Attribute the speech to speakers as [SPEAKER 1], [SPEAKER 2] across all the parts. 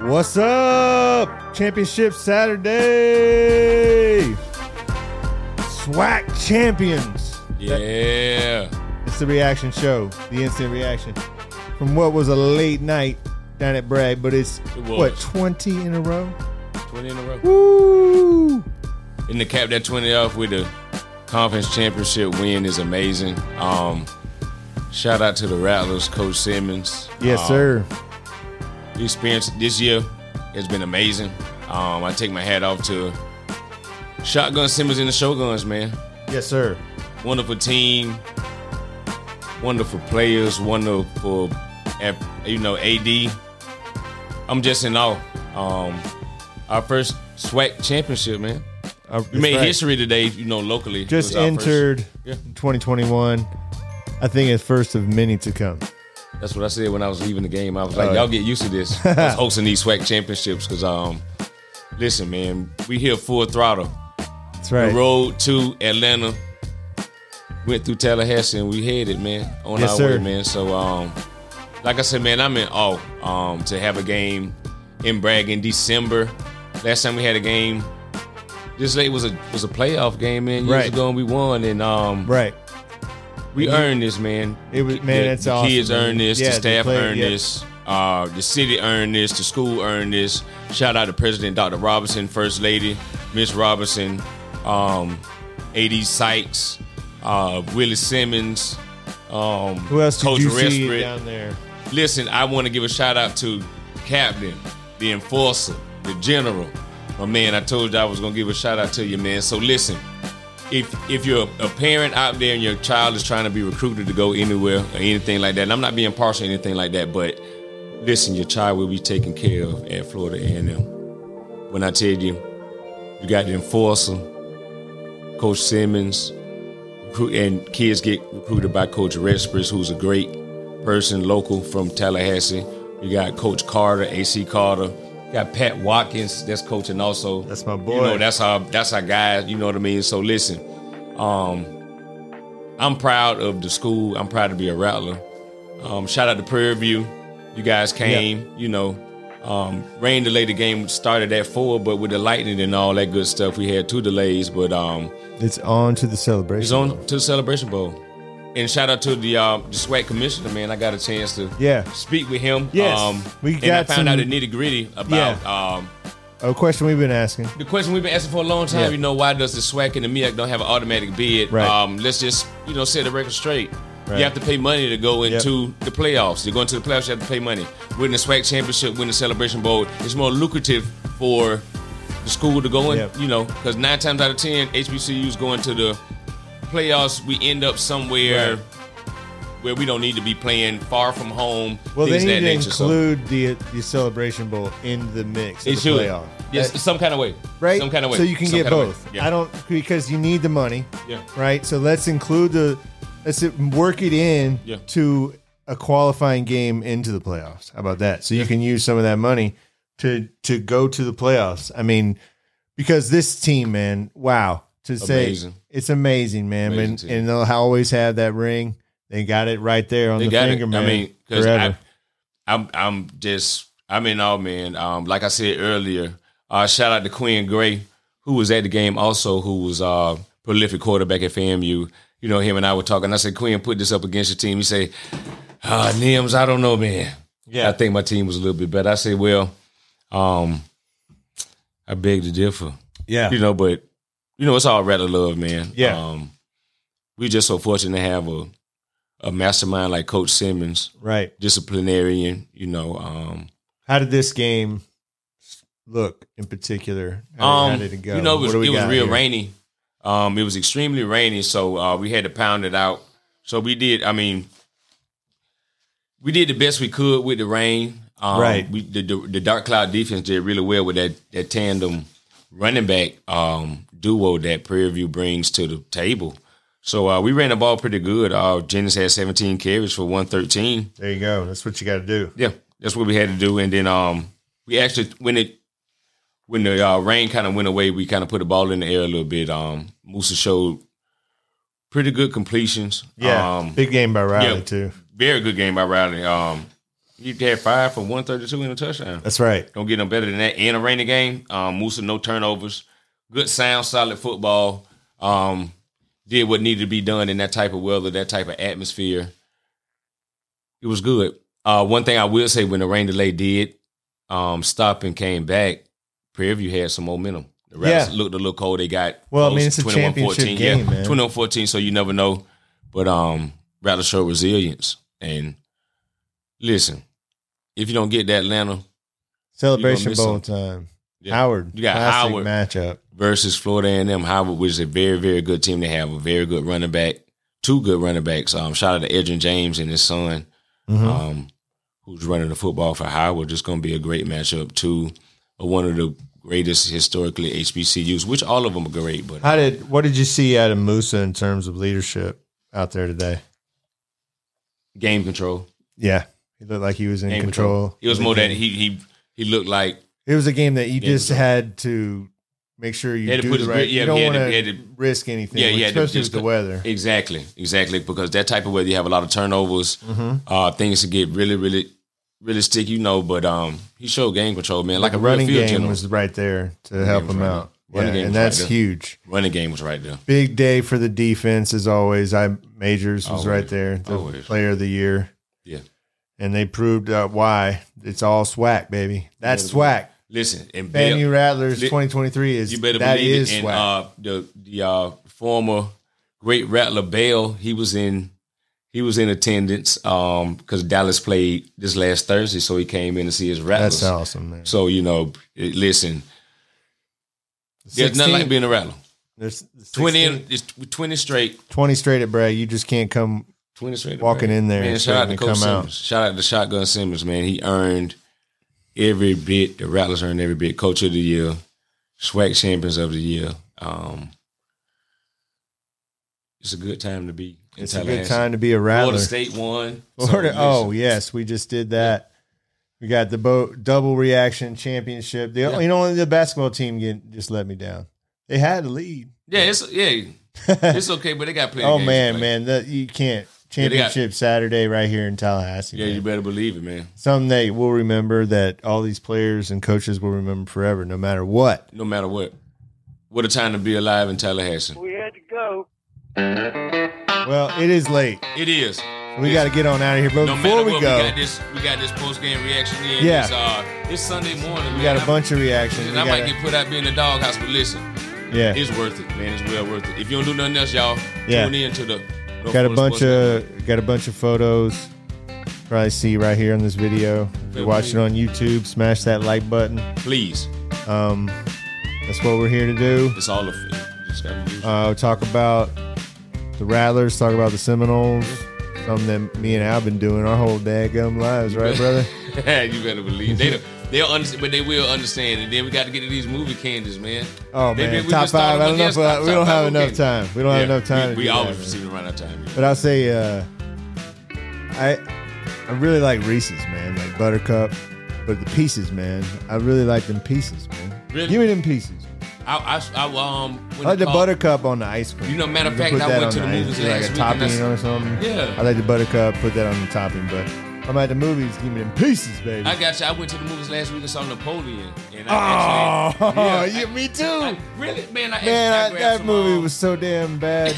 [SPEAKER 1] What's up? Championship Saturday. SWAC champions.
[SPEAKER 2] Yeah.
[SPEAKER 1] It's the reaction show, the instant reaction from what was a late night down at Bragg, but it's
[SPEAKER 2] It was.
[SPEAKER 1] what twenty in a row.
[SPEAKER 2] 20 in a row.
[SPEAKER 1] Woo!
[SPEAKER 2] And to cap that 20 off with a conference championship win is amazing. Um, shout out to the Rattlers, Coach Simmons.
[SPEAKER 1] Yes,
[SPEAKER 2] Um,
[SPEAKER 1] sir.
[SPEAKER 2] The experience this year has been amazing. Um, I take my hat off to Shotgun Simmons and the Shoguns, man.
[SPEAKER 1] Yes, sir.
[SPEAKER 2] Wonderful team, wonderful players, wonderful, F- you know, AD. I'm just in awe. Um, our first SWAC championship, man.
[SPEAKER 1] Uh,
[SPEAKER 2] We made
[SPEAKER 1] that's right.
[SPEAKER 2] history today, you know, locally. It
[SPEAKER 1] Just
[SPEAKER 2] was our first-
[SPEAKER 1] entered
[SPEAKER 2] Yeah.
[SPEAKER 1] 2021. I think it's first of many to come.
[SPEAKER 2] That's what I said when I was leaving the game. I was like, y'all get used to this. us hosting these SWAC championships because, um, listen, man, we here full throttle.
[SPEAKER 1] That's right.
[SPEAKER 2] The road to Atlanta went through Tallahassee and we headed, man, on
[SPEAKER 1] Yes,
[SPEAKER 2] our
[SPEAKER 1] sir.
[SPEAKER 2] way, man. So, um, like I said, man, I'm in awe um, to have a game in Bragg in December. Last time we had a game, this late was a was a playoff game, man. Years
[SPEAKER 1] Right.
[SPEAKER 2] ago, and we won, and um,
[SPEAKER 1] Right.
[SPEAKER 2] We earned this, man.
[SPEAKER 1] It was- man,
[SPEAKER 2] The-
[SPEAKER 1] that's
[SPEAKER 2] the
[SPEAKER 1] awesome,
[SPEAKER 2] Kids
[SPEAKER 1] man.
[SPEAKER 2] earned this.
[SPEAKER 1] Yeah,
[SPEAKER 2] the
[SPEAKER 1] they
[SPEAKER 2] staff
[SPEAKER 1] played-
[SPEAKER 2] earned
[SPEAKER 1] yeah.
[SPEAKER 2] this. Uh, the city earned this. The school earned this. Shout out to President Dr. Robinson, First Lady Miss Robinson, um, AD Sykes, uh, Willie Simmons. Um,
[SPEAKER 1] Who else did
[SPEAKER 2] Coach
[SPEAKER 1] you see uh,
[SPEAKER 2] Resprit.
[SPEAKER 1] down there?
[SPEAKER 2] Listen, I want to give a shout out to Captain, the enforcer, the general. My man, I told you I was gonna give a shout out to you, man. So listen, if if you're a parent out there and your child is trying to be recruited to go anywhere or anything like that, and I'm not being partial or anything like that, but listen, your child will be taken care of at Florida A&M. When I tell you, you got the enforcer, Coach Simmons, recruit, and kids get recruited by Coach Respris, who's a great person, local from Tallahassee. You got Coach Carter, AC Carter. You got Pat Watkins, that's coaching also.
[SPEAKER 1] That's my
[SPEAKER 2] You
[SPEAKER 1] boy.
[SPEAKER 2] know, that's our that's our guy. You know what I mean. So listen, um, I'm proud of the school. I'm proud to be a Rattler. Um, shout out to Prairie View. You guys came. You know. Um, rain delayed the game started at four, but with the lightning and all that good stuff, we had two delays. But um,
[SPEAKER 1] It's on to the celebration.
[SPEAKER 2] it's on to the Celebration Bowl. And shout out to the uh, the SWAT commissioner, man. I got a chance to
[SPEAKER 1] Yeah.
[SPEAKER 2] speak with him. Um,
[SPEAKER 1] Yes. We
[SPEAKER 2] and I
[SPEAKER 1] got
[SPEAKER 2] found
[SPEAKER 1] some-
[SPEAKER 2] out the nitty gritty about um,
[SPEAKER 1] A question we've been asking.
[SPEAKER 2] the question we've been asking for a long time.
[SPEAKER 1] Yeah.
[SPEAKER 2] You know, why does the SWAC and the MEAC don't have an automatic bid?
[SPEAKER 1] Right.
[SPEAKER 2] Um, let's just you know set the record straight.
[SPEAKER 1] Right.
[SPEAKER 2] You have to pay money to go into
[SPEAKER 1] Yep.
[SPEAKER 2] the playoffs. You're going to the playoffs. You have to pay money. Winning the SWAC championship, winning the Celebration Bowl, it's more lucrative for the school to go in.
[SPEAKER 1] Yep.
[SPEAKER 2] You know, because nine times out of ten, HBCUs going to the playoffs. We end up somewhere
[SPEAKER 1] Right.
[SPEAKER 2] where we don't need to be playing far from home.
[SPEAKER 1] Well,
[SPEAKER 2] things
[SPEAKER 1] they need
[SPEAKER 2] of
[SPEAKER 1] to
[SPEAKER 2] that nature. So
[SPEAKER 1] include the the celebration bowl in the mix.
[SPEAKER 2] it
[SPEAKER 1] of the
[SPEAKER 2] should.
[SPEAKER 1] playoff.
[SPEAKER 2] Yes, some kind of way.
[SPEAKER 1] right?
[SPEAKER 2] Some kind of way.
[SPEAKER 1] So you can
[SPEAKER 2] Some
[SPEAKER 1] get
[SPEAKER 2] kind of way.
[SPEAKER 1] both.
[SPEAKER 2] Yeah.
[SPEAKER 1] I don't because you need the money.
[SPEAKER 2] Yeah.
[SPEAKER 1] Right. So let's include the let's work it in
[SPEAKER 2] Yeah.
[SPEAKER 1] to a qualifying game into the playoffs. How about that? So you can use some of that money to to go to the playoffs. I mean, because this team, man, wow, to say
[SPEAKER 2] Amazing.
[SPEAKER 1] it's amazing, man,
[SPEAKER 2] Amazing
[SPEAKER 1] and,
[SPEAKER 2] team.
[SPEAKER 1] and they'll always have that ring. They got it right there on
[SPEAKER 2] They
[SPEAKER 1] the
[SPEAKER 2] got
[SPEAKER 1] finger,
[SPEAKER 2] it.
[SPEAKER 1] man.
[SPEAKER 2] I mean, because
[SPEAKER 1] forever.
[SPEAKER 2] I'm I'm just I'm in awe, man. Um, like I said earlier, uh, shout out to Quinn Gray, who was at the game also, who was uh prolific quarterback at FAMU. You know, him and I were talking. I said, Quinn, put this up against your team. He said, uh, Nims, I don't know, man.
[SPEAKER 1] Yeah.
[SPEAKER 2] I think my team was a little bit better. I said, well, um, I beg to differ.
[SPEAKER 1] yeah,
[SPEAKER 2] You know, but you know, it's all rather love, man.
[SPEAKER 1] Yeah.
[SPEAKER 2] Um, we just so fortunate to have a a mastermind like Coach Simmons,
[SPEAKER 1] right.
[SPEAKER 2] disciplinarian, you know. Um,
[SPEAKER 1] How did this game look in particular? How,
[SPEAKER 2] um,
[SPEAKER 1] how did it go?
[SPEAKER 2] You know, it
[SPEAKER 1] What
[SPEAKER 2] was,
[SPEAKER 1] do
[SPEAKER 2] it
[SPEAKER 1] we
[SPEAKER 2] was
[SPEAKER 1] got
[SPEAKER 2] real
[SPEAKER 1] here?
[SPEAKER 2] rainy. Um, it was extremely rainy, so uh, we had to pound it out. So we did. I mean, we did the best we could with the rain. Um,
[SPEAKER 1] Right.
[SPEAKER 2] We, the, the, the dark cloud defense did really well with that that tandem running back um, duo that Prairie View brings to the table. So uh, we ran the ball pretty good. Uh, Jennings had 17 carries for 113.
[SPEAKER 1] There you go. That's what you got to do.
[SPEAKER 2] yeah, that's what we had to do. And then um, we actually when it when the uh, rain kind of went away, we kind of put the ball in the air a little bit. Um, Musa showed pretty good completions.
[SPEAKER 1] Yeah,
[SPEAKER 2] um,
[SPEAKER 1] big game by Riley
[SPEAKER 2] yeah.
[SPEAKER 1] too.
[SPEAKER 2] very good game by Riley. Um, You had five for 132 in a touchdown.
[SPEAKER 1] That's right.
[SPEAKER 2] Don't get no better than that. In a rainy game, um, Musa no turnovers, good sound, solid football. Um, did what needed to be done in that type of weather, that type of atmosphere. It was good. Uh, one thing I will say when the rain delay did um, stop and came back, Prairie View had some momentum. The Raps
[SPEAKER 1] Yeah.
[SPEAKER 2] looked a little cold. They got
[SPEAKER 1] Well, I mean, it's a championship game, man.
[SPEAKER 2] 21 14, so you never know. But um, Rattlers showed resilience. And listen, if you don't get that Atlanta,
[SPEAKER 1] Celebration
[SPEAKER 2] miss
[SPEAKER 1] Bowl
[SPEAKER 2] him.
[SPEAKER 1] time.
[SPEAKER 2] Yeah.
[SPEAKER 1] Howard.
[SPEAKER 2] You got
[SPEAKER 1] classic
[SPEAKER 2] Howard.
[SPEAKER 1] matchup.
[SPEAKER 2] versus Florida A&M. Howard, which is a very, very good team. They have a very good running back, two good running backs. Um, shout out to Edrin James and his son,
[SPEAKER 1] Mhm.
[SPEAKER 2] um, who's running the football for Howard. It's going to be a great matchup too. One of the greatest historically HBCUs, which all of them are great, but
[SPEAKER 1] How did what did you see out of Musa in terms of leadership out there today?
[SPEAKER 2] game control.
[SPEAKER 1] Yeah, he looked like he was in
[SPEAKER 2] Game
[SPEAKER 1] control.
[SPEAKER 2] It was more that
[SPEAKER 1] than
[SPEAKER 2] he he he looked like
[SPEAKER 1] It was a game that you
[SPEAKER 2] Game
[SPEAKER 1] just
[SPEAKER 2] control.
[SPEAKER 1] had to make sure you
[SPEAKER 2] He had to
[SPEAKER 1] do
[SPEAKER 2] put
[SPEAKER 1] the
[SPEAKER 2] his
[SPEAKER 1] right.
[SPEAKER 2] grit- yeah,
[SPEAKER 1] you don't
[SPEAKER 2] he had
[SPEAKER 1] want
[SPEAKER 2] to- he had
[SPEAKER 1] to
[SPEAKER 2] to-
[SPEAKER 1] risk anything,
[SPEAKER 2] Yeah, he had to
[SPEAKER 1] especially with
[SPEAKER 2] just
[SPEAKER 1] the
[SPEAKER 2] cut-
[SPEAKER 1] weather.
[SPEAKER 2] exactly exactly because that type of weather you have a lot of turnovers.
[SPEAKER 1] Mhm.
[SPEAKER 2] Uh, things can get really really really sticky, you know. But um, he showed game control, man, like a real
[SPEAKER 1] running
[SPEAKER 2] field
[SPEAKER 1] game
[SPEAKER 2] general.
[SPEAKER 1] was right there to
[SPEAKER 2] Running
[SPEAKER 1] help
[SPEAKER 2] game was
[SPEAKER 1] him
[SPEAKER 2] right
[SPEAKER 1] out.
[SPEAKER 2] there. Running
[SPEAKER 1] Yeah,
[SPEAKER 2] game
[SPEAKER 1] and
[SPEAKER 2] was right
[SPEAKER 1] that's
[SPEAKER 2] there.
[SPEAKER 1] huge.
[SPEAKER 2] Running game was right there.
[SPEAKER 1] Big day for the defense as always. I majors was
[SPEAKER 2] Always.
[SPEAKER 1] right there, the
[SPEAKER 2] Always.
[SPEAKER 1] player of the year.
[SPEAKER 2] Yeah.
[SPEAKER 1] and they proved uh, why it's all swag, baby. That's swag.
[SPEAKER 2] Listen, and
[SPEAKER 1] Fan U
[SPEAKER 2] Bill,
[SPEAKER 1] Rattlers
[SPEAKER 2] Li-
[SPEAKER 1] 2023 is
[SPEAKER 2] you better
[SPEAKER 1] that
[SPEAKER 2] believe
[SPEAKER 1] is
[SPEAKER 2] it. And
[SPEAKER 1] swag.
[SPEAKER 2] uh, the the uh, former great Rattler Bell, he was in he was in attendance because Dallas played this last Thursday, so he came in to see his Rattlers.
[SPEAKER 1] That's awesome, man.
[SPEAKER 2] so you know, it, listen, there's nothing like
[SPEAKER 1] 16
[SPEAKER 2] being a Rattler.
[SPEAKER 1] there's 16
[SPEAKER 2] 20, in, it's 20 straight.
[SPEAKER 1] 20 straight at Bragg. You just can't come.
[SPEAKER 2] 20 straight.
[SPEAKER 1] Walking
[SPEAKER 2] man.
[SPEAKER 1] in there
[SPEAKER 2] Man,
[SPEAKER 1] and
[SPEAKER 2] shout out
[SPEAKER 1] starting
[SPEAKER 2] to
[SPEAKER 1] to
[SPEAKER 2] Coach
[SPEAKER 1] come out.
[SPEAKER 2] Simmons. Shout out to Shotgun Simmons, man. He earned every bit. The Rattlers earned every bit. Coach of the year, Swag Champions of the year. Um, it's a good time to be. In
[SPEAKER 1] It's a good
[SPEAKER 2] Tallahassee.
[SPEAKER 1] time to be a Rattler.
[SPEAKER 2] Florida State won. So,
[SPEAKER 1] Florida. oh
[SPEAKER 2] listen,
[SPEAKER 1] yes, we just did that. We got the bo- double reaction championship. The
[SPEAKER 2] Yeah.
[SPEAKER 1] you know only the basketball team get, just let me down. They had a lead.
[SPEAKER 2] yeah, it's yeah, it's okay, but they got plenty.
[SPEAKER 1] oh
[SPEAKER 2] games to
[SPEAKER 1] man,
[SPEAKER 2] play.
[SPEAKER 1] man, that you can't
[SPEAKER 2] Yeah, they got-
[SPEAKER 1] championship Saturday right here in Tallahassee.
[SPEAKER 2] Yeah,
[SPEAKER 1] man.
[SPEAKER 2] you better believe it, man.
[SPEAKER 1] Something that we'll remember that all these players and coaches will remember forever, no matter what.
[SPEAKER 2] No matter what, what a time to be alive in Tallahassee.
[SPEAKER 3] We had to go.
[SPEAKER 1] Well, it is late.
[SPEAKER 2] It is.
[SPEAKER 1] We got to get on out of here. But
[SPEAKER 2] No
[SPEAKER 1] before
[SPEAKER 2] matter
[SPEAKER 1] we
[SPEAKER 2] what,
[SPEAKER 1] go,
[SPEAKER 2] we got this. We got this post game reaction here.
[SPEAKER 1] Yeah.
[SPEAKER 2] It's, uh, it's Sunday morning.
[SPEAKER 1] we
[SPEAKER 2] man.
[SPEAKER 1] got a bunch of reactions. We
[SPEAKER 2] I, and I might
[SPEAKER 1] gotta-
[SPEAKER 2] get put out being the doghouse, but listen,
[SPEAKER 1] yeah.
[SPEAKER 2] it's worth it, man. It's well worth it. If you don't do nothing else, y'all
[SPEAKER 1] Yeah.
[SPEAKER 2] tune in to the. North
[SPEAKER 1] got a
[SPEAKER 2] Florida
[SPEAKER 1] bunch
[SPEAKER 2] Sports Network.
[SPEAKER 1] of got a bunch of photos probably see right here on this video if you're watching on youtube smash that like button
[SPEAKER 2] Please,
[SPEAKER 1] um, that's what we're here to do
[SPEAKER 2] it's all of it. Just gotta use it.
[SPEAKER 1] uh, talk about the rattlers talk about the seminoles something that me and al been doing our whole daggum lives right brother
[SPEAKER 2] you better believe they. don't- They'll understand, but they will understand. And then we got to get to these movie candies, man.
[SPEAKER 1] oh
[SPEAKER 2] They-
[SPEAKER 1] man
[SPEAKER 2] they- we
[SPEAKER 1] top
[SPEAKER 2] just started
[SPEAKER 1] five i don't
[SPEAKER 2] with-
[SPEAKER 1] know
[SPEAKER 2] yes,
[SPEAKER 1] if uh,
[SPEAKER 2] top-
[SPEAKER 1] we
[SPEAKER 2] top
[SPEAKER 1] don't
[SPEAKER 2] five
[SPEAKER 1] have enough
[SPEAKER 2] movie candies.
[SPEAKER 1] time we don't have
[SPEAKER 2] Yeah,
[SPEAKER 1] enough time
[SPEAKER 2] We,
[SPEAKER 1] to
[SPEAKER 2] we
[SPEAKER 1] do that,
[SPEAKER 2] always
[SPEAKER 1] man.
[SPEAKER 2] receive around our time.
[SPEAKER 1] But I'll say, uh, I I really like Reese's, man, like Buttercup. But the pieces, man, I really like them pieces, man.
[SPEAKER 2] Really?
[SPEAKER 1] Give me them pieces.
[SPEAKER 2] I, I, I um,
[SPEAKER 1] I
[SPEAKER 2] when
[SPEAKER 1] like the
[SPEAKER 2] call-
[SPEAKER 1] buttercup on the ice cream.
[SPEAKER 2] You know, matter of
[SPEAKER 1] can
[SPEAKER 2] fact,
[SPEAKER 1] put
[SPEAKER 2] I
[SPEAKER 1] that
[SPEAKER 2] went
[SPEAKER 1] on
[SPEAKER 2] to the
[SPEAKER 1] ice
[SPEAKER 2] movies
[SPEAKER 1] cream,
[SPEAKER 2] last
[SPEAKER 1] like
[SPEAKER 2] week
[SPEAKER 1] a
[SPEAKER 2] and I
[SPEAKER 1] topping
[SPEAKER 2] s-
[SPEAKER 1] or something.
[SPEAKER 2] Yeah.
[SPEAKER 1] I like the buttercup. Put that on the topping, but I'm at the movies. Give me them pieces, baby.
[SPEAKER 2] I got you. I went to the movies last week and saw Napoleon. And I
[SPEAKER 1] oh,
[SPEAKER 2] actually,
[SPEAKER 1] yeah,
[SPEAKER 2] I-
[SPEAKER 1] me too.
[SPEAKER 2] I- really, man. I
[SPEAKER 1] Man, I,
[SPEAKER 2] actually, I grabbed
[SPEAKER 1] that
[SPEAKER 2] some,
[SPEAKER 1] movie
[SPEAKER 2] um,
[SPEAKER 1] was so damn bad.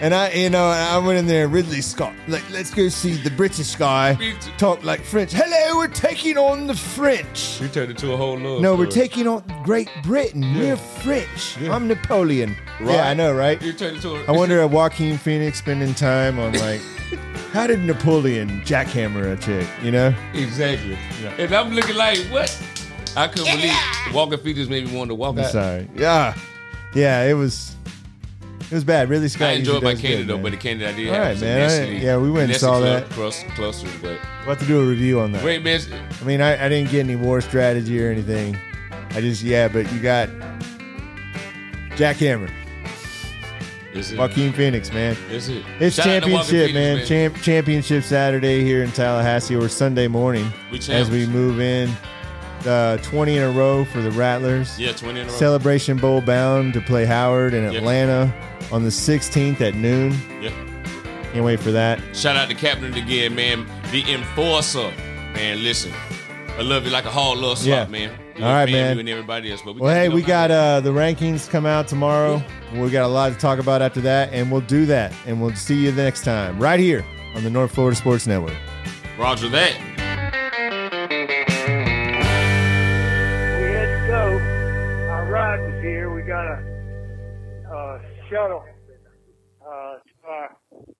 [SPEAKER 1] and I, you know, I went in there, Ridley Scott. Like, let's go see the British guy
[SPEAKER 2] Me too.
[SPEAKER 1] talk like French. Hello, we're taking on the French.
[SPEAKER 2] You turned into a whole love.
[SPEAKER 1] No, we're
[SPEAKER 2] story.
[SPEAKER 1] taking on Great Britain. We're French.
[SPEAKER 2] Yeah.
[SPEAKER 1] I'm Napoleon. Yeah, I know, right?
[SPEAKER 2] You turned into. A,
[SPEAKER 1] I wonder if Joaquin Phoenix spending time on like, how did Napoleon jackhammer a chick? You know?
[SPEAKER 2] exactly. And I'm looking like what? I couldn't believe Walker Peters made me want to walk
[SPEAKER 1] I'm
[SPEAKER 2] out.
[SPEAKER 1] sorry. Yeah, yeah. It was, it was bad. Really, Scott.
[SPEAKER 2] I enjoyed my
[SPEAKER 1] usually
[SPEAKER 2] candy
[SPEAKER 1] does good,
[SPEAKER 2] though,
[SPEAKER 1] man.
[SPEAKER 2] but the candy I did
[SPEAKER 1] All
[SPEAKER 2] have
[SPEAKER 1] right,
[SPEAKER 2] was
[SPEAKER 1] man. I-
[SPEAKER 2] Nestle-
[SPEAKER 1] yeah, we went and
[SPEAKER 2] Nestle
[SPEAKER 1] saw
[SPEAKER 2] Club
[SPEAKER 1] that.
[SPEAKER 2] Crust, clusters, but
[SPEAKER 1] We'll have to do a review on that.
[SPEAKER 2] wait, man.
[SPEAKER 1] I mean, I, I didn't get any war strategy or anything. I just, yeah, but you got Jack Hammer,
[SPEAKER 2] Is it?
[SPEAKER 1] Joaquin Phoenix, man.
[SPEAKER 2] Is it?
[SPEAKER 1] It's
[SPEAKER 2] Shout out to Walker
[SPEAKER 1] championship,
[SPEAKER 2] Peters,
[SPEAKER 1] man. Champ, championship Saturday here in Tallahassee or Sunday morning
[SPEAKER 2] We champs.
[SPEAKER 1] as we move in. Uh, 20 in a row for the Rattlers.
[SPEAKER 2] yeah, twenty in a row.
[SPEAKER 1] Celebration Bowl bound to play Howard in
[SPEAKER 2] Yeah.
[SPEAKER 1] Atlanta on the 16th at noon.
[SPEAKER 2] yeah.
[SPEAKER 1] Can't wait for that.
[SPEAKER 2] Shout out to Captain again, man. the enforcer. Man, listen, I love you like a hard little slut,
[SPEAKER 1] Yeah. All
[SPEAKER 2] man. You and
[SPEAKER 1] right,
[SPEAKER 2] family
[SPEAKER 1] man.
[SPEAKER 2] And everybody else, but we
[SPEAKER 1] Well,
[SPEAKER 2] gotta
[SPEAKER 1] hey,
[SPEAKER 2] get
[SPEAKER 1] we
[SPEAKER 2] up
[SPEAKER 1] got
[SPEAKER 2] out
[SPEAKER 1] uh, the rankings come out tomorrow. We got a lot to talk about after that, and we'll do that. And we'll see you next time right here on the North Florida Sports Network.
[SPEAKER 2] of here. Roger that.
[SPEAKER 3] we had to go. Our ride was here. We got a, uh shuttle uh,